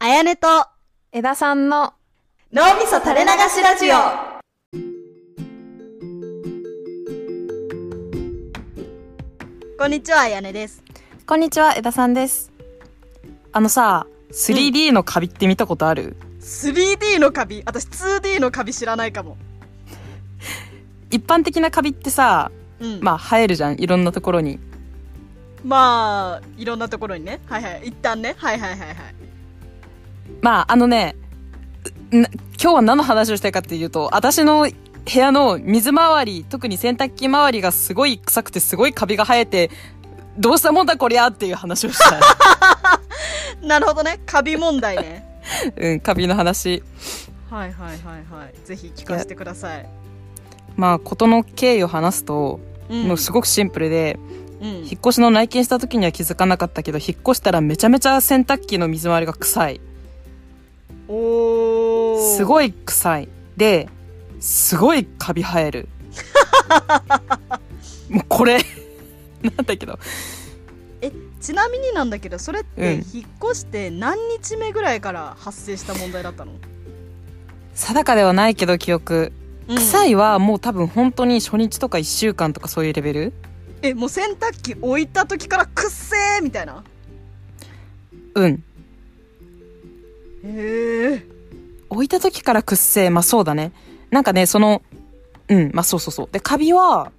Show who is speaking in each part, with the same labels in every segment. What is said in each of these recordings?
Speaker 1: やねと、
Speaker 2: 枝さんの
Speaker 1: 脳みそ垂れ流しラジオ。こんにちは、あやねです。
Speaker 2: こんにちは枝さんです
Speaker 3: あのさ、3D のカビって見たことある、
Speaker 1: 3D のカビ私 2D のカビ知らないかも。
Speaker 3: 一般的なカビってさ、
Speaker 1: うん。ま、
Speaker 3: まあ生えるじゃん、いろんなところに。
Speaker 1: あ、いろんなところにね。はいはい。一旦ね。はいはいはいはい。
Speaker 3: まああのね、うな今日は何の話をしたいかっていうと、私の部屋の水回り、特に洗濯機周りがすごい臭くてすごいカビが生えて、どうしたもんだこりゃっていう話をした い。
Speaker 1: なるほどね。カビ問題ね。
Speaker 3: うん、カビの話。
Speaker 1: はいはいはいはい。ぜひ聞かせてください。
Speaker 3: まあ事の経緯を話すと、
Speaker 1: うん
Speaker 3: もうすごくシンプルで、
Speaker 1: うん
Speaker 3: 引っ越しの内見した時には気づかなかったけど、引っ越したらめちゃめちゃ洗濯機の水回りが臭い。
Speaker 1: おー。
Speaker 3: す
Speaker 1: い。
Speaker 3: ごい臭いで、すごいカビ生える。もうこれ、なんだけど。
Speaker 1: ちなみになんだけど、それっ
Speaker 3: う
Speaker 1: て
Speaker 3: ん
Speaker 1: 引っ越して何日目ぐらいから発生した問題だったの、
Speaker 3: 定かではないけど記憶。臭
Speaker 1: い
Speaker 3: いはもう多分本当に初日とか1週間とかそういうレベル
Speaker 1: え、もう洗濯機置いた時からくっせーみたいな。
Speaker 3: うん。
Speaker 1: へえ。
Speaker 3: 置いた時からくっせえ。まあそうだね。なんかね、その、うん、まあそうそうそう。で、カビは、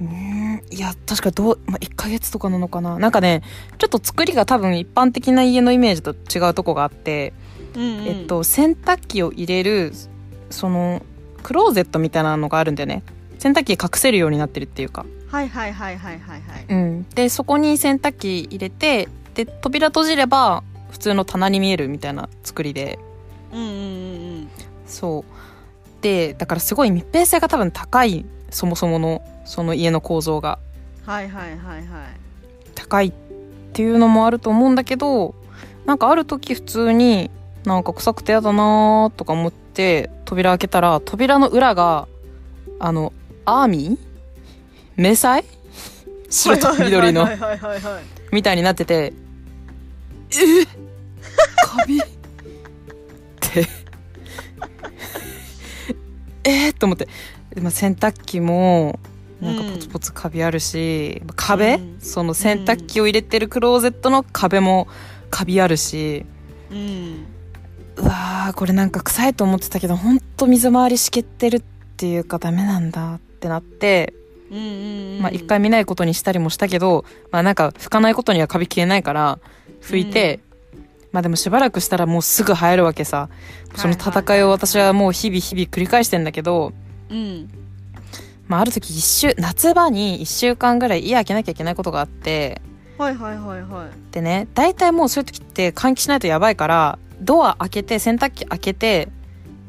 Speaker 3: うーん、いや、確かどう、まあ1ヶ月とかなのかな。なんかね、ちょっと作りが多分一般的な家のイメージと違うとこがあって、
Speaker 1: うん、
Speaker 3: えっ、と、洗濯機を入れる、その、クローゼットみたいなのがあるんだよね。洗濯機隠せるようになってるっていうか。
Speaker 1: はいはいはいはいはいはい。
Speaker 3: うん。で、そこに洗濯機入れて、で、扉閉じれば、普通の棚に見えるみたいな作りで。
Speaker 1: うんうんうんうん。
Speaker 3: そう。で、だからすごい密閉性が多分高い、そもそもの、その家の構造が。
Speaker 1: はいはいはいはい。
Speaker 3: 高いっていうのもあると思うんだけどなんかある時普通になんか臭くてやだなーとか思って扉開けたら扉の裏があのアーミー迷彩白と緑の
Speaker 1: はいはいはいはいはい。
Speaker 3: みたいになっててえカビって えー、と思ってでまあ洗濯機もなんかポツポツカビあるし、まあ壁、
Speaker 1: うん
Speaker 3: その洗濯機を入れてるクローゼットの壁もカビあるし
Speaker 1: うん。
Speaker 3: うわーこれなんか臭いと思ってたけどほんと水回りしけってるっていうかダメなんだってなって、
Speaker 1: うんうんうん。
Speaker 3: まあ一回見ないことにしたりもしたけどまあなんか拭かないことにはカビ消えないから拭いて、まあでもしばらくしたらもうすぐ生えるわけさその戦いを私はもう日々日々繰り返してんだけど、
Speaker 1: うん。
Speaker 3: まあ、ある時一週夏場に1週間ぐらい家開けなきゃいけないことがあって
Speaker 1: はいはいはいはい。
Speaker 3: でね大体もうそういう時って換気しないとやばいからドア開けて洗濯機開けて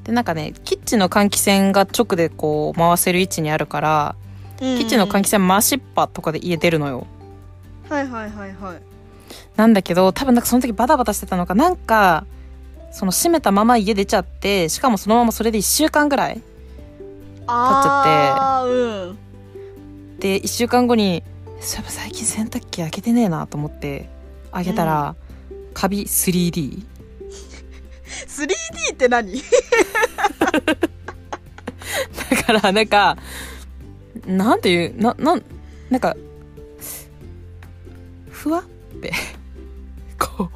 Speaker 3: でなんかねキッチンの換気扇が直でこう回せる位置にあるからキッチンの換気扇回しっぱとかで家出るのよ
Speaker 1: 気。はいはいはいはい。
Speaker 3: なんだけど多分なんかその時バタバタしてたのかなんかその閉めたまま家出ちゃってしかもそのままそれで1週間ぐらい
Speaker 1: ああ、うん。
Speaker 3: で1週間後にそういえば最近洗濯機開けてねえなと思って開けたら、カビ 3D
Speaker 1: 3D って何
Speaker 3: だからなんかなんていうななんなんかふわってこう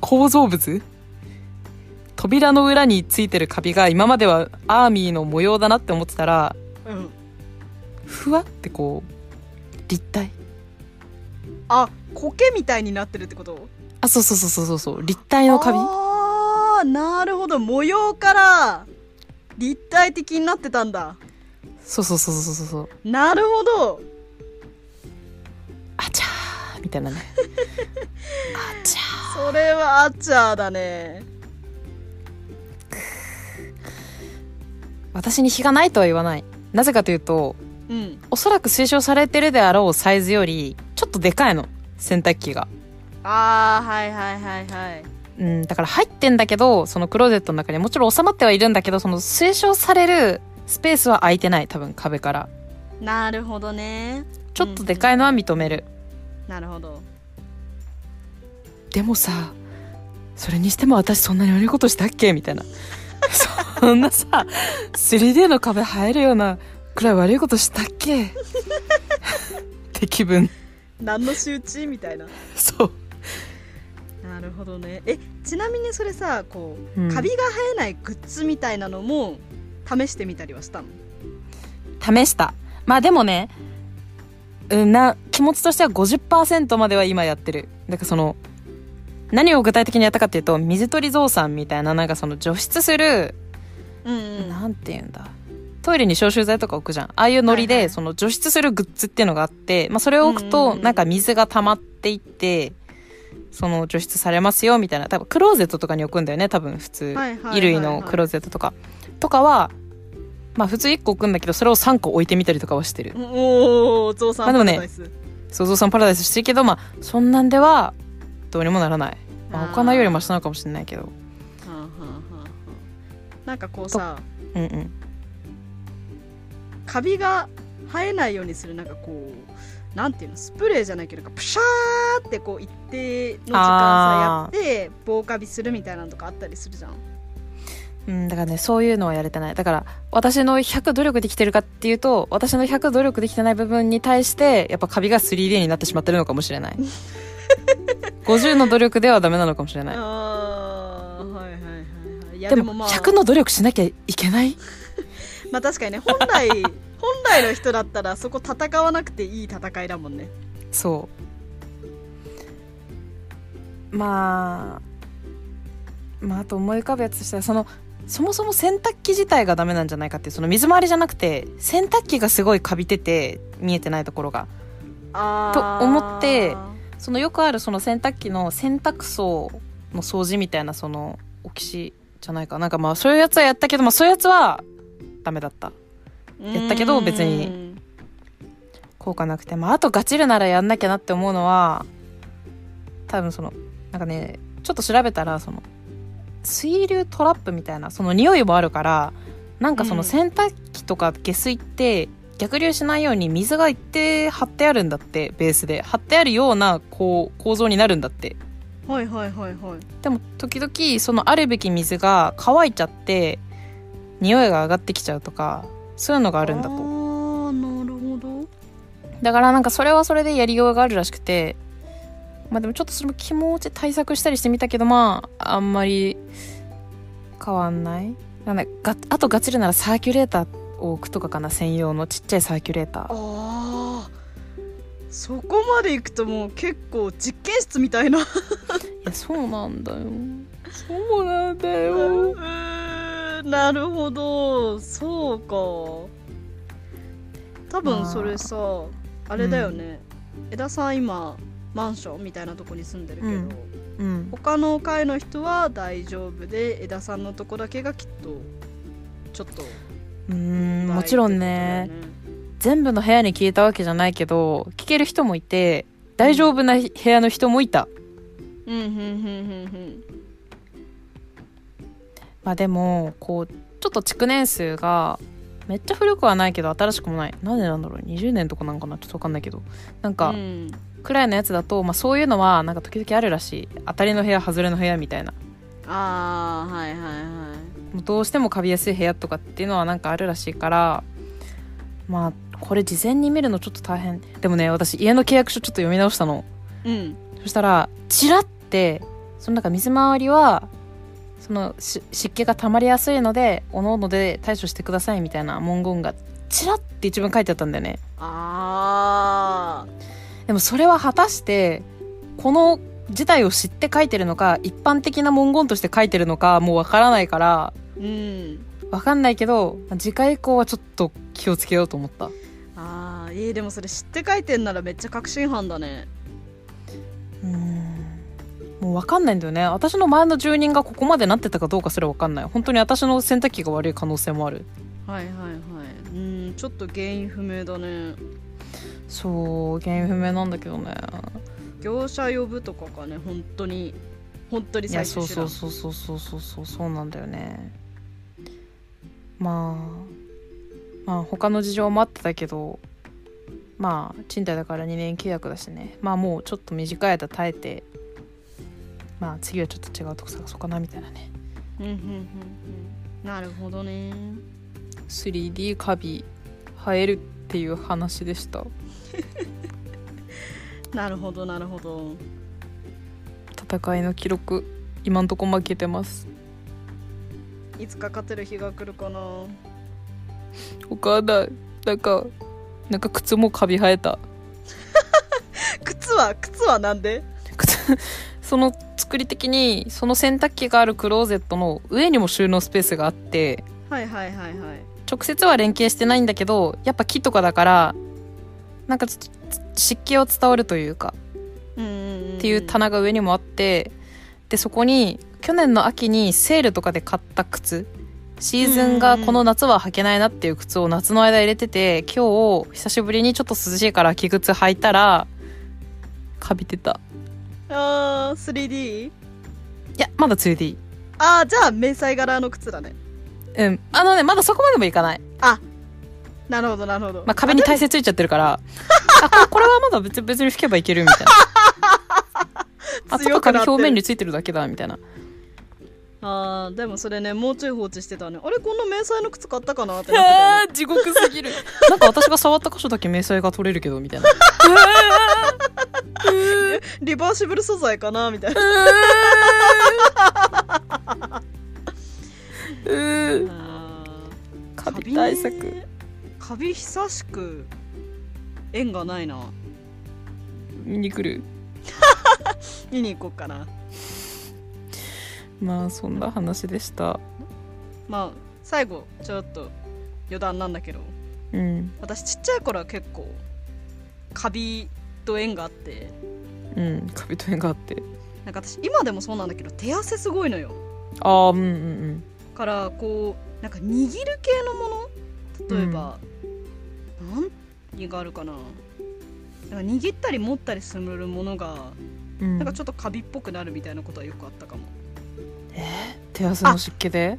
Speaker 3: 構造物扉の裏についてるカビが今まではアーミーの模様だなって思ってたら
Speaker 1: うん。
Speaker 3: ふわってこう立体
Speaker 1: あ、苔みたいになってるってこと
Speaker 3: あそうそうそうそうそうそう立体のカビ
Speaker 1: ああ、なるほど。模様から立体的になってたんだ。
Speaker 3: そうそうそうそうそうそう
Speaker 1: なるほど。
Speaker 3: あちゃーみたいなねあちゃー
Speaker 1: それはアッチャーだね。
Speaker 3: 私に非がないとは言わないなぜかというと
Speaker 1: うん。
Speaker 3: おそらく推奨されてるであろうサイズよりちょっとでかいの洗濯機が
Speaker 1: ああ、はいはいはいはい。
Speaker 3: うんだから入ってんだけどそのクローゼットの中にもちろん収まってはいるんだけどその推奨されるスペースは空いてない多分壁から
Speaker 1: なるほどね。
Speaker 3: ちょっとでかいのは認める、
Speaker 1: なるほど。
Speaker 3: でもさそれにしても私そんなに悪いことしたっけみたいな そんなさ 3D の壁入るようなくらい悪いことしたっけ って気分
Speaker 1: 何の周知みたいな
Speaker 3: そう
Speaker 1: なるほどねえちなみにそれさこう、
Speaker 3: うん
Speaker 1: カビが生えないグッズみたいなのも試してみたりはしたの
Speaker 3: 試したまあでもねうんな気持ちとしては50%までは今やってるだからその何を具体的にやったかっていうと水鳥ゾウさんみたいななんかその除湿する
Speaker 1: うんうん
Speaker 3: なんて言うんだトイレに消臭剤とか置くじゃんああいうノリで、
Speaker 1: はいはい
Speaker 3: その除湿するグッズっていうのがあって、まあ、それを置く
Speaker 1: うんうん
Speaker 3: と
Speaker 1: うん
Speaker 3: なんか水が溜まっていってその除湿されますよみたいな多分クローゼットとかに置くんだよね多分普通、
Speaker 1: はいはいはいはい
Speaker 3: 衣類のクローゼットとかとかはまあ普通1個置くんだけどそれを3個置いてみたりとかはしてる
Speaker 1: おおゾウさん
Speaker 3: まあでもね
Speaker 1: パラダイス
Speaker 3: 想像さんパラダイスしてるけどまあそんなんではどうにもならない、まあ、
Speaker 1: あー
Speaker 3: 置かないよりマシなのかもしれないけど
Speaker 1: はあはあはあはあなんかこうさ
Speaker 3: うんうん
Speaker 1: カビが生えないようにするなんかこうなんていうのスプレーじゃないけどなんかプシャーってこう一定の時間さやって防カビするみたいなのとかあったりするじゃん
Speaker 3: うん、だからねそういうのはやれてないだから私の100努力できてるかっていうと私の100努力できてない部分に対してやっぱカビが 3D になってしまってるのかもし れない50の努力ではダメなのかもしれない
Speaker 1: あーはいはいはいはいいや
Speaker 3: で
Speaker 1: で
Speaker 3: も
Speaker 1: もまあ
Speaker 3: 100の努力しなきゃいけない
Speaker 1: まあ確かにね本 来本来の人だったらそこ戦わなくていい戦いだもんね
Speaker 3: そうまあまああと思い浮かぶやつとしてはそのそもそも洗濯機自体がダメなんじゃないかっていうその水回りじゃなくて洗濯機がすごいカビてて見えてないところが
Speaker 1: あー
Speaker 3: と思ってそのよくあるその洗濯機の洗濯槽の掃除みたいなそのオキシじゃないかなんかまあそういうやつはやったけど、まあ、そういうやつはダメだったやったけど別に
Speaker 1: うん
Speaker 3: 効果なくて、まあ、あとガチるならやんなきゃなって思うのは多分そのなんかねちょっと調べたらその水流トラップみたいなその匂いもあるからなんかそ
Speaker 1: うん
Speaker 3: の洗濯機とか下水って逆流しないように水が一定張ってあるんだってベースで張ってあるようなこう構造になるんだって
Speaker 1: はいはいはいはい
Speaker 3: でも時々そのあるべき水が乾いちゃって匂いが上がってきちゃうとかそういうのがあ
Speaker 1: あ
Speaker 3: るんだと
Speaker 1: ーなるほど
Speaker 3: だからなんかそれはそれでやりようがあるらしくてまあでもちょっとそれも気持ち対策したりしてみたけどまああんまり変わんないなんだがあとガチるならサーキュレーターを置くとかかな専用のちっちゃいサーキュレーター
Speaker 1: あーそこまで行くともう結構実験室みたいな
Speaker 3: いやそうなんだよそうなんだ
Speaker 1: う
Speaker 3: よ
Speaker 1: ーん なるほどそうか多分それさ、あ、れだよね、枝さん今マンションみたいなとこに住んでるけど、
Speaker 3: うんうん
Speaker 1: 他の階の人は大丈夫で枝さんのとこだけがきっとちょっと
Speaker 3: うーんもちろんね全部の部屋に聞いたわけじゃないけど聞ける人もいて大丈夫な部屋の人もいた、
Speaker 1: うんうんうん
Speaker 3: まあでもこうちょっと築年数がめっちゃ古くはないけど新しくもないなんでなんだろう20年とかなんかなちょっと分かんないけど
Speaker 1: う
Speaker 3: なん
Speaker 1: んう
Speaker 3: か
Speaker 1: んうん
Speaker 3: くらいのやつだと、まあ、そういうのはなんか時々あるらしい当たりの部屋外れの部屋みたいな
Speaker 1: ああはいはいはい
Speaker 3: もうどうしてもカビやすい部屋とかっていうのはなんかあるらしいからまあこれ事前に見るのちょっと大変でもね私家の契約書ちょっと読み直したの
Speaker 1: うん
Speaker 3: そしたらチラってそのなんか水回りはそのし湿気が溜まりやすいのでおのおので対処してくださいみたいな文言がチラって一文書いてあったんだよね
Speaker 1: あ
Speaker 3: でもそれは果たしてこの事態を知って書いてるのか一般的な文言として書いてるのかもうわからないから
Speaker 1: あうん
Speaker 3: わかんないけど次回以降はちょっと気をつけようと思った
Speaker 1: あーえー、でもそれ知って書いてんならめっちゃ確信犯だね
Speaker 3: うんもうわかんないんだよね私の前の住人がここまでなってたかどうかすらわかんない本当に私の洗濯機が悪い可能性もある
Speaker 1: はいはいはいうんちょっと原因不明だね
Speaker 3: そう原因不明なんだけどね
Speaker 1: 業者呼ぶとかかね本当に本当に
Speaker 3: い
Speaker 1: 最
Speaker 3: や
Speaker 1: 初
Speaker 3: そう
Speaker 1: 知ら
Speaker 3: そ
Speaker 1: ん
Speaker 3: うそうそうそうそうそうそうなんだよねまあまあ他の事情もあってたけどまあ賃貸だから2年契約だしねまあもうちょっと短い間耐えてまあ次はちょっと違うとこ探そうかなみたいなね
Speaker 1: うんうんうんうんなるほどね
Speaker 3: 3D カビ生えるっていう話でした
Speaker 1: なるほどなるほど
Speaker 3: 戦いの記録今んとこ負けてます
Speaker 1: いつか勝てる日が来るかな
Speaker 3: わかんないなんかなんか靴もカビ生えた
Speaker 1: 靴は靴はなんで
Speaker 3: 靴その作り的にその洗濯機があるクローゼットの上にも収納スペースがあって
Speaker 1: はいはいはいはい
Speaker 3: 直接は連携してないんだけどやっぱ木とかだからなんかちょっと湿気を伝わるというか
Speaker 1: うんうんんん
Speaker 3: っていう棚が上にもあってでそこに去年の秋にセールとかで買った靴シーズンがこの夏は履けないなっていう靴を夏の間入れてて今日久しぶりにちょっと涼しいから秋靴履いたらカビてた
Speaker 1: あー 3D?
Speaker 3: いやまだ 2D
Speaker 1: あーじゃあ迷彩柄の靴だね
Speaker 3: うんあのねまだそこまでもいかない、
Speaker 1: あなるほどなるほど、
Speaker 3: まあ、壁に耐性ついちゃってるから あこれこれはまだ別別に拭けばいけるみたいなあと
Speaker 1: 強
Speaker 3: は
Speaker 1: く
Speaker 3: 壁
Speaker 1: なってる
Speaker 3: 表面についてるだけだみ たいな
Speaker 1: あーでもそれねもうちょい放置してたねあれこんな迷彩の靴買ったかなってなってたよね
Speaker 3: あー地獄すぎるなんか私が触った箇所だけ明細が取れるけどみ たいな
Speaker 1: リバーシブル素材かなみ たいな
Speaker 3: うーカビ対策、
Speaker 1: ねカビ久しく縁がないな
Speaker 3: 見に来る
Speaker 1: 見に行こうかな
Speaker 3: まあそんな話でした
Speaker 1: まあ最後ちょっと余談なんだけど
Speaker 3: うん
Speaker 1: 私ちっちゃい頃は結構カビと縁があって
Speaker 3: うんカビと縁があって
Speaker 1: なんか私今でもそうなんだけど手汗すごいのよ
Speaker 3: ああうんうん
Speaker 1: からこうなんか握る系のもの例えば、何があるかななんか握ったり持ったりするものが
Speaker 3: うんうん
Speaker 1: なんかちょっとカビっぽくなるみたいなことはよくあったかも、
Speaker 3: 手汗の湿気で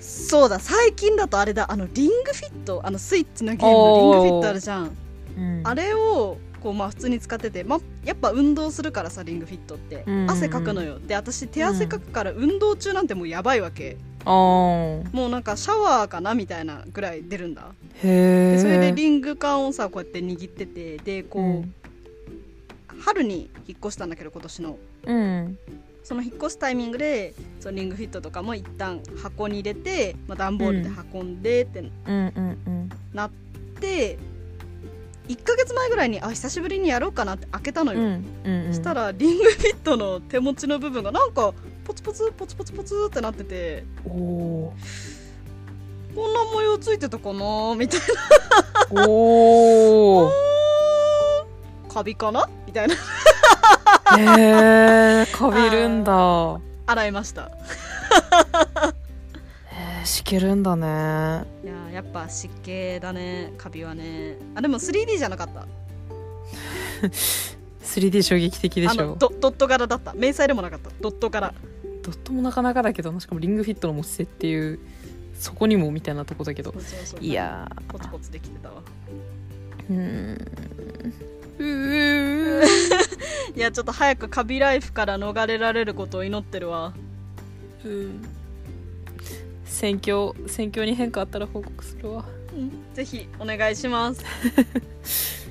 Speaker 1: そうだ最近だとあれだあのリングフィットあのスイッチのゲーム
Speaker 3: おー
Speaker 1: のリングフィットあるじゃん
Speaker 3: うん
Speaker 1: あれをこうまあ普通に使ってて、まあ、やっぱ運動するからさリングフィットって、
Speaker 3: うんうん
Speaker 1: 汗かくのよで私手汗かくから運動中なんてもうやばいわけ、
Speaker 3: あー
Speaker 1: もうなんかシャワーかなみたいなぐらい出るんだ
Speaker 3: へ
Speaker 1: で
Speaker 3: え
Speaker 1: それでリング缶をさこうやって握っててでこう、春に引っ越したんだけど今年の
Speaker 3: うん、うん、
Speaker 1: その引っ越すタイミングでそのリングフィットとかも一旦箱に入れて、まあ、段ボールで運んでって
Speaker 3: うんうん
Speaker 1: なって、1ヶ月前ぐらいにあ久しぶりにやろうかなって開けたの
Speaker 3: うんう
Speaker 1: よ、
Speaker 3: んうんうん
Speaker 1: したらリングフィットの手持ちの部分がなんかポツポツポツポツポツってなってて
Speaker 3: おお
Speaker 1: こんな模様ついてたかなみたいな
Speaker 3: ーおー
Speaker 1: カビかなみたいな
Speaker 3: へえカビるんだ
Speaker 1: 洗いました
Speaker 3: えー、しけるんだね
Speaker 1: いやーやっぱ湿気だねカビはねあでも 3D じゃなかった
Speaker 3: 3D 衝撃的で
Speaker 1: あ
Speaker 3: し
Speaker 1: の
Speaker 3: ょ
Speaker 1: ドドット柄だった迷彩でもなかったドット柄
Speaker 3: ドットもなかなかだけどしかもリングフィットの持ち手っていうそこにもみたいなとこだけど
Speaker 1: そうそうそう
Speaker 3: いや
Speaker 1: ポツポツできてたわ
Speaker 3: ーうーんうー
Speaker 1: いやちょっと早くカビライフから逃れられることを祈ってるわ
Speaker 3: うん戦況戦況に変化あったら報告するわ
Speaker 1: うんぜひお願いします